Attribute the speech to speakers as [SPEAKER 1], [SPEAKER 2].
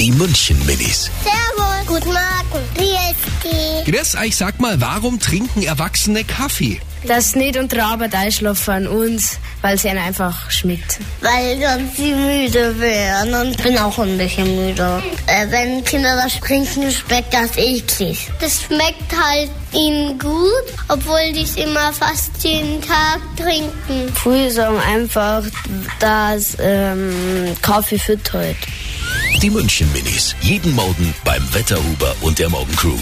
[SPEAKER 1] Die München Minis.
[SPEAKER 2] Servus. Guten Morgen. Wie ist
[SPEAKER 1] Grüß euch, sag mal, warum trinken Erwachsene Kaffee?
[SPEAKER 3] dass sie nicht unter der Arbeit einschlafen an uns, weil es ihnen einfach schmeckt.
[SPEAKER 2] Weil sonst sie müde wären und ich bin auch ein bisschen müde. Äh, wenn Kinder das trinken, schmeckt das eklig. Das schmeckt halt ihnen gut, obwohl die es immer fast jeden Tag trinken.
[SPEAKER 3] Früher sagen einfach, dass ähm, Kaffee halt. füttert.
[SPEAKER 1] Die München Minis. Jeden Morgen beim Wetterhuber und der Morgencrew.